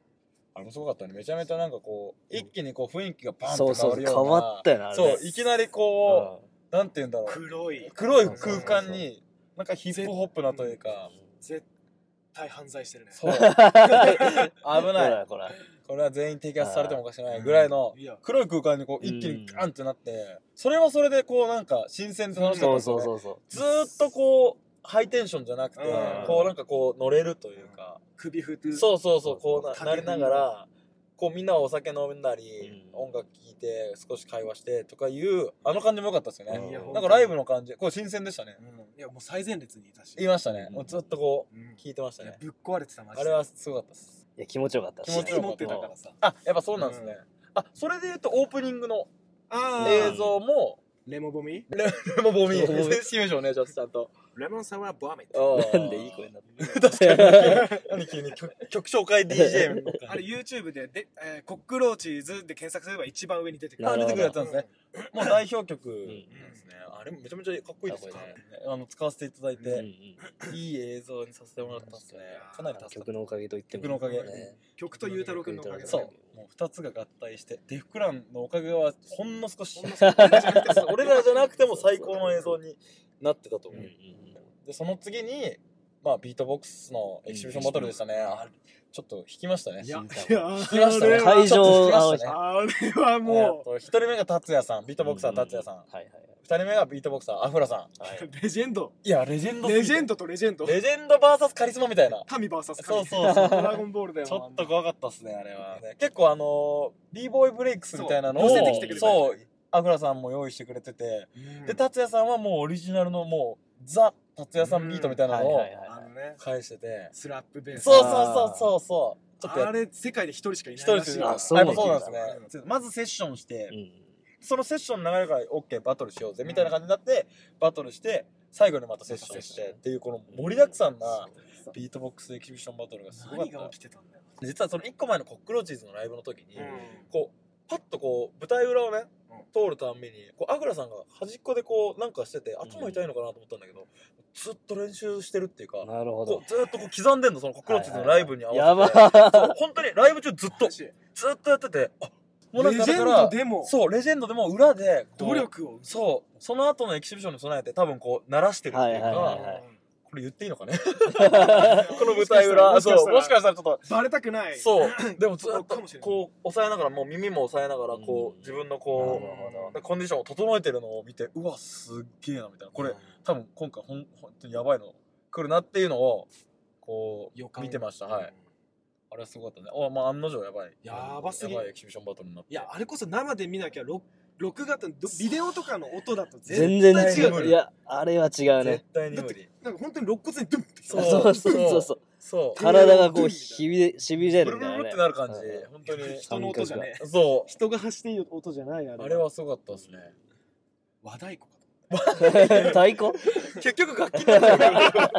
S3: あれもすごかったね。めちゃめちゃなんかこう、一気にこう雰囲気がバン
S1: そ
S3: と
S1: う
S3: 変
S1: そ
S3: わ
S1: う
S3: る
S1: 変
S3: ような。
S1: わったよなあれ
S3: そう、いきなりこ
S1: う
S3: う、なんて言うんだろう。
S5: 黒い
S3: 黒い空間に、なんかヒップホップなというか、
S5: 絶対犯罪してるね
S3: そう。危
S1: んほ
S3: ない。
S1: らほら
S3: これは全員摘発されてもおかしくないぐらいの、
S5: いや
S3: 黒い空間にこう一気にガンってなって、それはそれでこうなんか新鮮で楽しかったで
S1: そう
S3: す
S1: そ
S3: よ
S1: う
S3: ね。
S1: そうそう
S3: ずーっとこう、ハイテンションじゃなくて
S5: う、ん
S3: こうなんかこう乗れるというか。
S5: 首振って
S3: そうそうそうこうな
S5: 竹
S3: なりながらこうみんなお酒飲んだり、
S1: うん
S3: 音楽聴いて少し会話してとかいうあの感じも良かったですよ
S1: い
S3: ね
S1: や、
S3: なんかライブの感じこれ新鮮でしたね
S5: うんいやもう最前列にいたし
S3: 言いましたね、
S1: うん
S3: もうずっとこ
S5: うん
S3: う聴いてました
S5: いや
S3: ね、
S5: ぶっ壊れてたマジ
S3: あ
S5: で
S3: れはすごかったです
S1: いや気持ちよかった
S3: 気持ちよかった
S5: 持ってたからさ
S3: あやっぱそうなんですね、あそれで言うとオープニングの
S5: あ
S1: ー
S3: 映像も、
S5: レモボミ
S3: でもボミシ
S1: ボミ
S3: ミュレーションお願いしますちゃんと
S5: レモンサワーボミット。
S6: なん
S1: んでいい声になってる
S2: 何急に曲曲紹介 DJ みたいな
S5: あれ YouTube でで、えーコックローチーズで検索すれば一番上に出てくる。
S1: な
S2: あ
S1: る
S2: 出
S1: ほ
S2: て
S1: ど
S2: くるやつなんですねもう代表曲
S1: ん
S2: なんですねあれもめちゃめちゃかっこいいですね
S1: かっこい
S2: あの使わせていただい
S1: うんう
S2: て
S1: ん
S2: いい映像にさせてもらったんですねかなり助かった
S1: 曲のおかげと言ってもいい
S2: 曲のおかげ
S1: ね
S5: 曲とゆうたろうくんのおかげだね
S2: そうもう二つが合体してデフクランのおかげはほんの少し 俺らじゃなくても最高の映像になってたと
S1: う
S2: 思
S1: ん
S2: う
S1: うんうん
S2: でその次に、まあ、ビートボックスのエキシビションバトルでしたね、あれちょっと弾きましたね
S5: いや、
S2: 弾
S5: いや
S2: きましたね
S1: 会場
S2: ちょっと弾きましたね
S5: あれはも
S2: えーと一人目が達也さんビートボックサー達也さん
S1: はいはいはい
S2: 二人目がビートボックサーアフラさん、
S5: う、レジェンド。
S2: いやレジェンドすぎ
S5: レ
S2: て
S5: ジェンドとレジェンド。
S2: レジェンド VS カリスマみたいな
S5: 神 VS 神。
S2: そうそうそう
S5: ドラゴンボールだよ。
S2: ちょっと怖かったっすねあれは、ね結構あのー、b ボーイブレイクスみたいなのを
S5: そう寄せてきてくれたよ
S2: そうアフラさんも用意してくれてて、
S5: うん
S2: で達也さんはもうオリジナルのもうザ達也さんビートみたいなのを
S1: はいはい
S5: あ
S1: は
S5: のね、
S2: 返してて、
S5: スラップベース。
S2: そうそうそうそうそうちょっとや
S5: あ
S2: っ
S5: れ、世界で一人しかい
S2: 一
S5: な
S2: 人
S5: いらしい
S2: で
S5: わ
S1: あそう
S2: や
S1: な
S2: っ
S1: ん
S2: ぱ
S1: だ
S2: そうなんですねちょっとまずセッションして、
S1: いうん
S2: そのセッションの流れから OK バトルしようぜみたいな感じになって、バトルして最後にまたセッションしてっていうこの盛りだくさんなビートボックスエキシビションバトルがすごか
S5: 何
S2: っ
S5: が
S2: た
S5: 起きてたんだよ。
S2: 実はその1個前のコックローチーズのライブの時に、
S5: うん
S2: こうパッとこう舞台裏をね
S5: うん
S2: 通るたんびにこうアグラさんが端っこでこうなんかしてて頭痛いのかなと思ったんだけど、ずっと練習してるっていうか、
S1: なるほど
S2: こうずっとこう刻んでんのそのコックローチーズのライブに合わせて、
S1: はいはいはいやば
S2: そう本当にライブ中ずっと
S5: マ
S2: ず
S5: ジ
S2: っとやっててあもうなん
S5: レ
S2: か
S5: ジ
S2: だ
S5: ェ
S2: か
S5: ン
S2: ら
S5: ドでも、
S2: そうレジェンドでも裏でこう
S5: 努力を。
S2: そうその後のエキシビションに備えて多分こう鳴らしてるっていうか、
S1: はいはいはい
S2: これ言っていいのかねこの舞台裏
S5: もしかしたら
S2: そうもしかしたらちょっと
S5: バレたくない。
S2: そう。 でもずっ
S5: か
S2: と
S5: もしれない
S2: こう抑えながら、もう耳も押さえながら、こ
S1: うん
S2: う自分の
S1: なるほ
S2: こ
S1: ど
S2: う、コンディションを整えてるのを見て、うわ、すっげえな、みたいな。これ、多分今回ほん、本当にやばいの来るなっていうのを、こ
S5: 予
S2: う、
S5: 感
S2: 見てました。はい。あれはすごかったね。おまあ案の定やばい。
S5: やばすぎ
S2: やばいエキシビションバトルになって。
S5: いや、あれこそ生で見なきゃ、録録画とどビデオとかの音だと
S1: 全
S5: 全
S1: 然
S5: 絶対
S1: 違
S5: 無
S1: う
S5: 理
S1: いやあれは違うね
S2: 絶対に無理。
S5: なんか本当に肋骨にドゥンってき
S1: そ
S5: た。
S1: うそうそうそう
S2: そう。
S1: 体がこうひびでしびれ
S2: ブ
S1: る
S2: ル
S1: んだよね
S2: ブルブルってなる感じ
S1: う。
S2: 本当に。
S5: 人の音じゃねえ。
S2: そ
S5: 人が走っている音じゃないあ
S2: う。あれはすごかったですね。
S5: 和太鼓かと
S1: 太鼓
S2: 結局楽器になっちゃうから。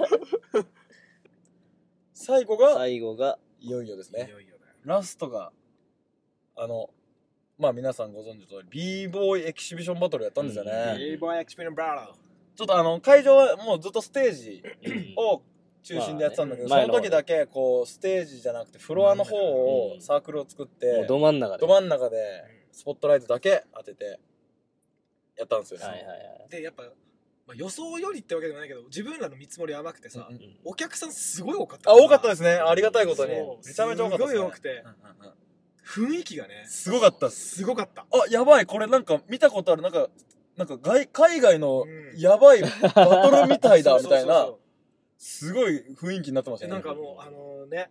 S2: 最後が、
S1: 最後が
S2: いよいよですね
S5: い。よいよだよ
S2: ラストが、あの、まあ皆さんご存知の通り、b ボーイエキシビションバトルやったんですよね。
S1: うん
S5: エイバーエクスペリンバラ
S2: ちょっとあの、会場はもうずっとステージを中心でやってたんだけど、
S1: まあね
S2: その時だけ、こう、ステージじゃなくてフロアの方を
S1: うん
S2: サークルを作って、
S1: もうど真ん中で
S2: ど真ん中でスポットライトだけ当てて、やったんですよね。
S1: はいはいはい
S5: ーでやっぱ、まあ、予想よりってわけでもないけど自分らの見積もり甘くてさ、
S2: うんうん
S1: うん
S5: お客さんすごい多かった
S2: あ、多かったですね。ありがたいことに
S5: そ。う
S2: めちゃめちゃ多かったですす、
S5: ご
S2: ね。
S5: い多くて
S2: うんうんうん
S5: 雰囲気がね
S2: すごかったっす。
S5: すごかった
S2: あ、やばい、これなんか見たことある、なんか、なんか外海外の
S5: うん
S2: やばいバトルみたいだ、
S5: そう
S2: みたい
S5: そうそうそう
S2: な、すごい雰囲気になってまし
S5: で
S2: たね。
S5: なんかもうあのね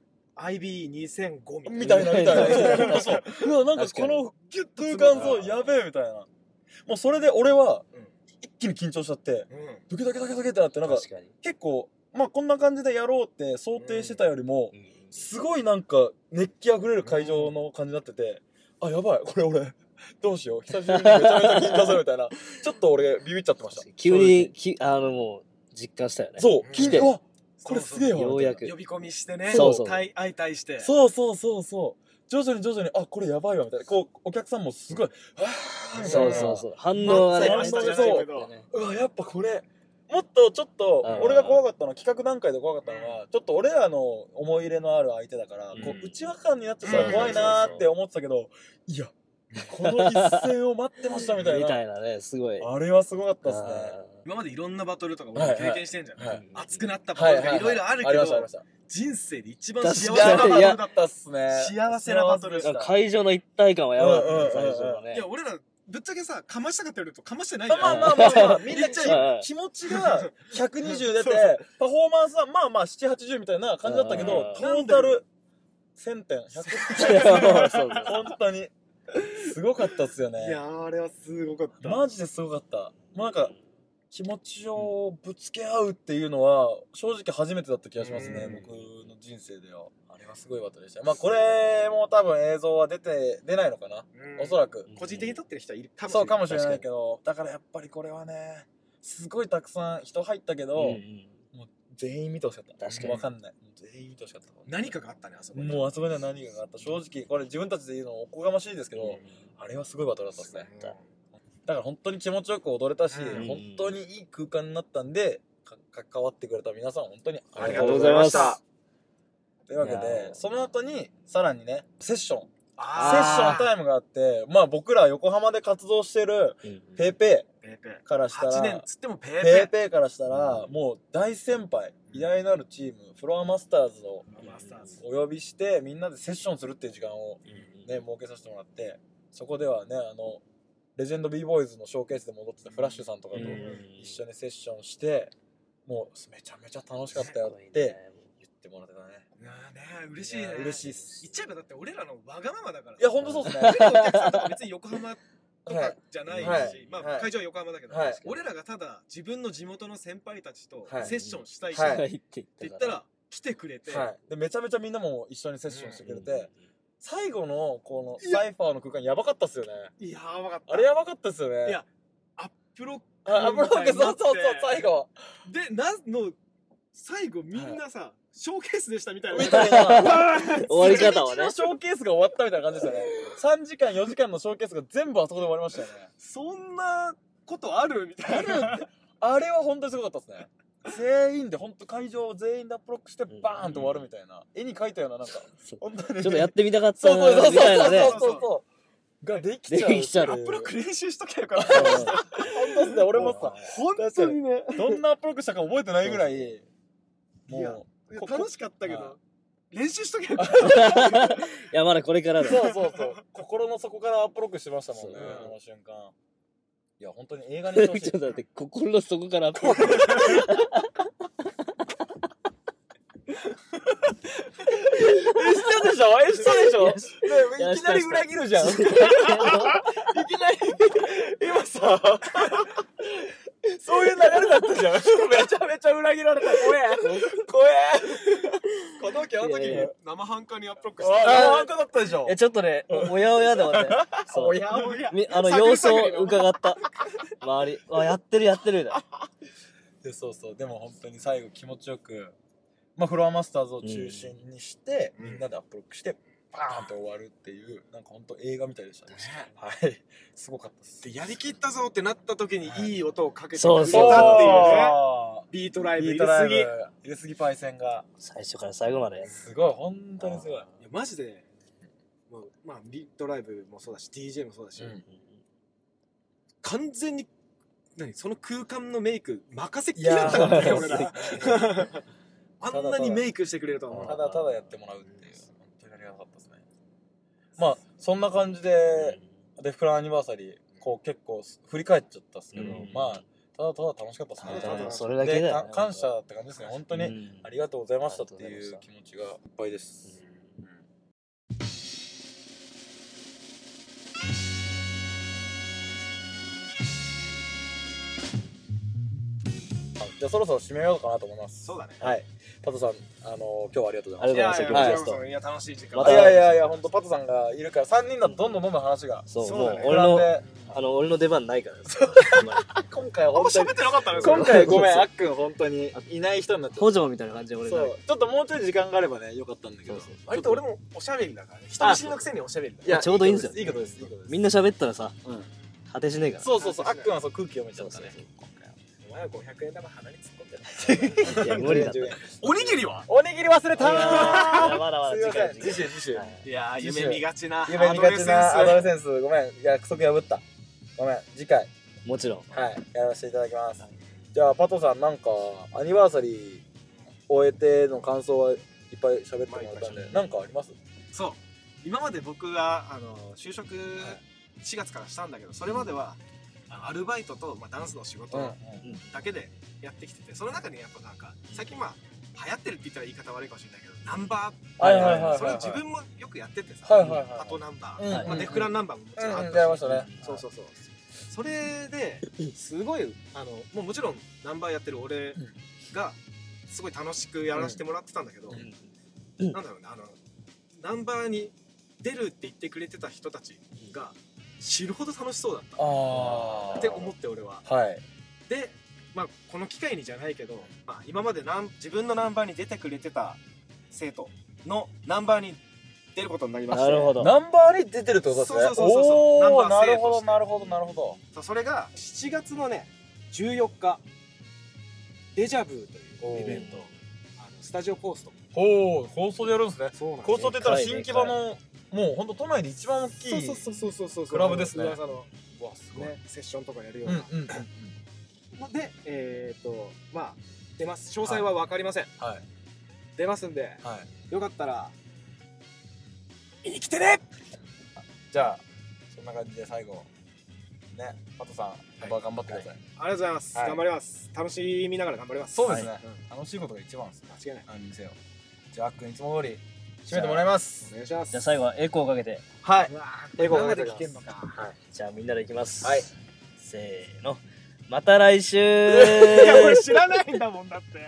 S5: IB2005 み
S2: み
S5: た
S2: た
S5: い
S2: い
S5: な
S2: な、みたいな。 そう。うわ、なんかこの
S5: ギュッと
S2: 空
S5: 詰
S2: 間
S5: ま
S2: そう、
S5: った
S2: やべえ、みたいな。もうそれで俺は
S5: うん、
S2: 一気に緊張しちゃって、
S5: うん
S2: ドキドキドキドキってなって、なんか
S1: 確かに
S2: 結構、まあこんな感じでやろうって想定してたよりも、
S1: うん
S2: すごいなんか熱気あふれる会場の感じになってて、あ、やばい、これ俺、どうしよう、久しぶりにめちゃめちゃ緊張するみたいな、ちょっと俺ビビっちゃってました。
S1: 急にきあのもう実感したよね
S2: そうう、
S5: ん
S2: 聞い
S1: 来て
S2: て、うわ、これすげえ
S5: そう
S1: よ
S2: わ
S1: うやく
S5: そう呼び込みしてね
S1: そうそう
S5: 対相対して
S2: そうそうそうそう。徐々に徐々に、あ、これやばいわ、みたいな。こう、お客さんもすごい、あーみたい
S1: そう
S2: な
S1: そうそう反応がね
S2: まあそう
S1: 反応が
S2: そう
S1: そうね
S2: うわ、やっぱこれ、もっとちょっと
S1: うん、
S2: 俺が怖かったのは、企画段階で怖かったのは、ちょっと俺らの思い入れのある相手だから、こ
S1: うん
S2: う、内輪感になっちゃった
S5: う
S2: ら
S5: ん
S2: 怖いなーって思ってたけど、いや、この一戦を待ってましたみたい
S1: みた
S2: な。
S1: いなねすごい
S2: あれはすごかったですね。
S5: 今までいろんなバトルとか俺も経験してんじゃん、
S2: はいはい
S5: 熱くなったバトルとかいろいろあるけ
S2: り
S5: ど、
S2: ました、ありました。
S5: 人生で一番幸
S1: 確
S5: せ
S1: か
S5: な
S1: に
S5: バトルだ
S2: だ
S5: っ
S2: ったたっすね。
S5: 幸せなバトル
S1: あ
S5: で
S1: ーな
S5: し
S1: んか会場の一体感はやばい
S2: うんうんうんうん
S1: 最初のね
S5: いや俺らぶっちゃけさかましたかって言われるとかましてないじ
S2: ま
S5: ゃ
S2: あ
S5: ん、
S2: まあまあまあまあ、みんな
S5: 言っちゃ
S1: えば
S2: 気持ちが120出て
S5: そうそ、
S2: パフォーマンスはまあまあ7、80みたいな感じだったけど
S1: うん、
S2: トータル1000点、100
S1: いやそうそう
S2: 点。本当に。すごかったっすよ
S5: い
S2: ね。
S5: やーあれはすごかった、
S2: マジですごかった。もうなんか、気持ちをぶつけ合うっていうのは、正直初めてだった気がしますね
S5: う、ん
S2: 僕の人生では。あれはすごいバトルでした。まあこれも多分映像は出て、出ないのかな。
S5: うん
S2: おそらく。
S5: 個人的に撮ってる人はいるかもしれな
S2: そう
S5: い
S2: かもしれないけどだからやっぱりこれはねすごいたくさん人入ったけど、全員見てほしかった
S1: 確かに
S2: わかんない全員見てほしかった
S5: 何かがあったねあそこに
S2: もうあそこには何かがあった正直これ自分たちで言うのもおこがましいですけど、あれはすごいバトルだったですねだから本当に気持ちよく踊れたし、
S5: うん
S2: 本当にいい空間になったんでか関わってくれた皆さん本当にあ
S7: あり
S2: り
S7: がと
S2: がと
S7: うご
S2: うご
S7: ざい
S2: ざい
S7: ま
S2: ま
S7: し
S2: したたというわけ
S1: いや
S2: でその後にさらにねセッションセッショ
S5: あ
S2: ンタイムがあってまあ僕ら横浜で活動してるペーペ
S5: ーペーペー
S2: ーからした
S5: 8年
S2: ら
S5: つってもペー
S2: ペー
S5: ペ
S2: ペーからしたらもう大先輩偉大なるチームフロアマスターズを
S5: ーマスターズ
S2: お呼びしてみんなでセッションするっていう時間をね、設けさせてもらってそこではねあのレジェンド b ボーイズのショーケースで戻ってたフラッシュさんとかと一緒にセッションして、もうめちゃめちゃ楽しかったよって言ってもらってたね
S5: いやーね嬉しいね
S2: や嬉しいっす
S5: 言っちゃえばだって俺らのわがままだから
S2: いやほんとそうですね
S5: 俺らのお客さんとか別に横浜と
S2: は
S5: か
S2: い
S5: じゃないし、
S2: はい
S5: まあ、
S2: はい
S5: 会場は横浜だけど、
S2: はい
S5: 俺らがただ自分の地元の先輩たちと
S2: はい
S5: セッションしたいし、
S2: はい
S5: って
S1: って
S5: 言ったら来てくれて、
S2: はい、でめちゃめちゃみんなも一緒にセッションしてくれて、最後のこのサイファーの空間やばかったっすよね
S5: い、やーわかった
S2: あれやばかったっすよね
S5: いやアップロック
S2: あアブロック
S5: みた
S2: そ
S5: いになっ
S2: う
S5: て
S2: そうそう最 後
S5: でなんの最後みんなさ、ショーケースでしたみたいな
S2: み たい
S1: 終
S2: な
S1: わり方は
S2: 一日
S1: ね
S2: のショーケースが終わったみたいな感じでしたね3時間4時間のショーケースが全部あそこで終わりましたよね
S5: そんなことあるみたいな
S2: あれは本当にすごかったですね。全員で、本当会場を全員でアップロックして、バーンと終わるみたいな。絵に描いたような、なんか、
S1: そう
S2: 本当に。
S1: ちょっとやってみたかった
S2: そうそうそう
S1: みたいなね
S2: そうそうそうそう。ができちゃう。
S1: できちゃう
S2: アッ
S5: アッ
S2: プ
S5: プ
S2: ロ
S5: ロ
S2: ッ
S5: ッ
S2: ク。
S5: ク練習しときゃよかっ
S2: 本
S5: た
S2: 当ですね、俺もさ、
S5: 本当にね
S2: どんなアップロックしたか覚えてないぐらい、も
S5: いや楽しかったけ
S2: は
S5: ど練習しときゃ よかった
S1: いやまだこれから
S2: う、
S1: だ
S2: そうそうそう、心の底からアップロックしてましたもんね
S5: そう、
S2: あの瞬間。いや、本当に映画に
S1: ちょ
S2: し
S1: ってと
S2: ほしい。
S1: 待って心の底から
S2: え、したでしょえ、したでしょ
S1: いや
S2: ねいきなり裏切るじゃん。いきなり、今さ、そういう流れだったじゃん。めちゃめちゃ裏切られた。怖え。怖え。
S5: この時あの時
S1: いやいや
S5: 生半可にアップロックしてた
S2: あ、本当だったでしょ
S1: いや。ちょっとねおおやおやで待ってそう
S5: やおや
S1: みあの
S5: 探
S1: 様子
S5: り探りの
S1: を伺った周りあやってるやってるだ
S2: でそうそう。でも本当に最後気持ちよく、まあフロアマスターズを中心にして、
S5: うん
S2: みんなでアップロックして、バーンと終わるっていう、なんか本当映画みたいでしたね。はい。すごかったです。
S5: でやりきったぞってなった時にいい音をかけてくれ
S1: そ
S5: た
S1: う
S5: って
S1: そ
S5: いうね
S2: そ
S5: ビートラ
S2: う
S5: イブ
S2: ビー
S5: 入
S2: ト
S5: れ
S2: ラ
S5: す
S2: イブ
S5: ぎいや
S2: 入れすぎパイセンが
S1: 最初から最後まです
S2: ごい本当にすごい
S5: マジでもうまあビートライブもそうだし DJ もそうだし
S2: うん
S5: 完全に何その空間のメイク任せっ き
S2: い
S5: りだ
S2: や
S5: ったからね
S2: ー
S5: 俺ら あんなにメイクしてくれるとは思
S2: た
S5: う
S2: だただやってもらうっていう本当にありがたかったですねまあそんな感じで、デフランアニバーサリーこう結構振り返っちゃったっすけど、
S1: うん
S2: まあただただ楽しかったっすね
S5: ただただ
S1: それだけ
S2: で
S1: だよ
S2: か感謝って感じですね本当に、
S1: うん
S2: ありがとうございましたって
S1: ありが
S2: い
S1: とう
S2: う
S1: ご
S2: 気持ちがいっぱいです、あじゃあそろそろ締めようかなと思います
S5: そうだね
S2: はいパトさんあの今日はありがとうございま
S1: あり
S2: し
S1: がとうございま
S2: い
S1: した今日のゲ
S2: やいや
S1: スト
S5: いや楽しい時間
S1: ま
S2: た
S1: た
S2: いやいやいや本当パトさんがいるから3人だとどんどんどんどん話が
S1: そう
S5: そうだね
S1: もう俺の
S2: 膨らんで
S1: あの俺の出番ないからあんまり
S2: 今回は
S5: あんま
S2: 本当に
S5: 喋ってなかったねそれ
S2: 今回ごめんあっくん本当にいない人になっちゃっ
S1: 補助みたいな感じで
S2: た
S1: 俺
S2: そ
S1: が
S2: うちょっともうちょい時間があればねよかったんだけど
S1: そうそう
S5: 割と俺もおしゃべりだからね人見知りのくせにおしゃべりだ
S2: いや
S1: ちょうどいいんですよ
S2: いいことですいいことです
S1: みんな喋ったらさ
S2: うん
S1: 果てしねえから
S2: そうそうそうあっくんはそう空気読めちゃったね
S5: お前は500円玉鼻に突っ込んでる
S1: いや無理だったい
S5: おにぎりは
S2: おにぎり忘れた
S1: や
S2: ー
S1: まだまだ
S2: すい
S1: 次
S2: ませ
S1: 回
S2: ん次週次週
S1: はい
S5: いやー
S2: 次週
S5: 夢見がちな
S2: 夢見がちなア
S5: アド
S2: ドレ
S5: レ
S2: センスごめん約束破ったごめん次回
S1: もちろん
S2: はいやらせていただきますじゃあパトさんなんかアニバーサリー終えての感想はいっぱい喋ってもらったんでなんかあります
S5: スそう今まで僕があの就職4月からしたんだけどそれまではあのアルバイトと、まあ、ダンスの仕事だけでやってきてて、その中にやっぱなんか最近まあ流行ってるって言ったら言い方悪いかもしれないけどナンバー
S2: はいはいはいはい
S5: それを自分もよくやっててさ、
S2: はいはいはい
S5: パトナンバー、
S2: うん
S5: まあ、デフランナンバーももちろんあ
S2: うん
S5: っ
S2: 出
S5: た
S2: ましたね
S5: そうそうそうそれですごいあのもうもちろんナンバーやってる俺がすごい楽しくやらせてもらってたんだけど、なんだろうねあのナンバーに出るって言ってくれてた人たちが知るほど楽しそうだった
S2: ああ
S5: って思って俺は
S2: はい
S5: でまあ、この機会にじゃないけど、まあ、今までなん自分のナンバーに出てくれてた生徒のナンバーに出ることになりまし
S1: な
S5: て
S1: るほど
S2: ナンバーに出てるってことですね
S5: そうそうそうそう
S2: おー
S5: ナンバ
S2: な
S5: ー
S2: る
S5: 制
S2: ほ
S5: と
S2: ど
S5: して
S2: なるほどなるほど
S5: そうそれが7月のね14日デジャブというイベントあのスタジオコースト
S2: おお放送でやるんですね
S5: そうなん
S2: 放送で言ったら新木場のもうほんと都内で一番大きい
S5: そうそうそうそうそうそう
S2: クラブですね
S5: 噂の
S2: わす
S5: ねセッションとかやるよう
S2: うんう
S5: なん
S2: うんうん
S5: のでえーっとまあ出ます詳細は分かりません
S2: はい
S5: 出ますんで
S2: はい
S5: よかったら見に来てね
S2: じゃあそんな感じで最後ねパトさんナンバー頑張ってください
S5: ありがとうございます
S2: はい
S5: 頑張ります楽しみながら頑張ります
S2: そうですね
S5: ん
S2: 楽しいことが一番ですね
S5: 間違いない
S2: 何にせよじゃああっくんいつも通り締めてもらいます
S5: お願い
S1: じ
S5: しま
S1: ゃあ
S5: す
S1: 最後はエコーかけて
S2: はい
S8: 英語
S9: 生
S8: が
S9: で
S8: 出
S9: 聞
S8: てき
S9: けんの
S8: ます
S9: か
S1: じゃあみんなでいきます
S2: はい
S1: せーのまた来週
S5: いや俺知らないんだもんだって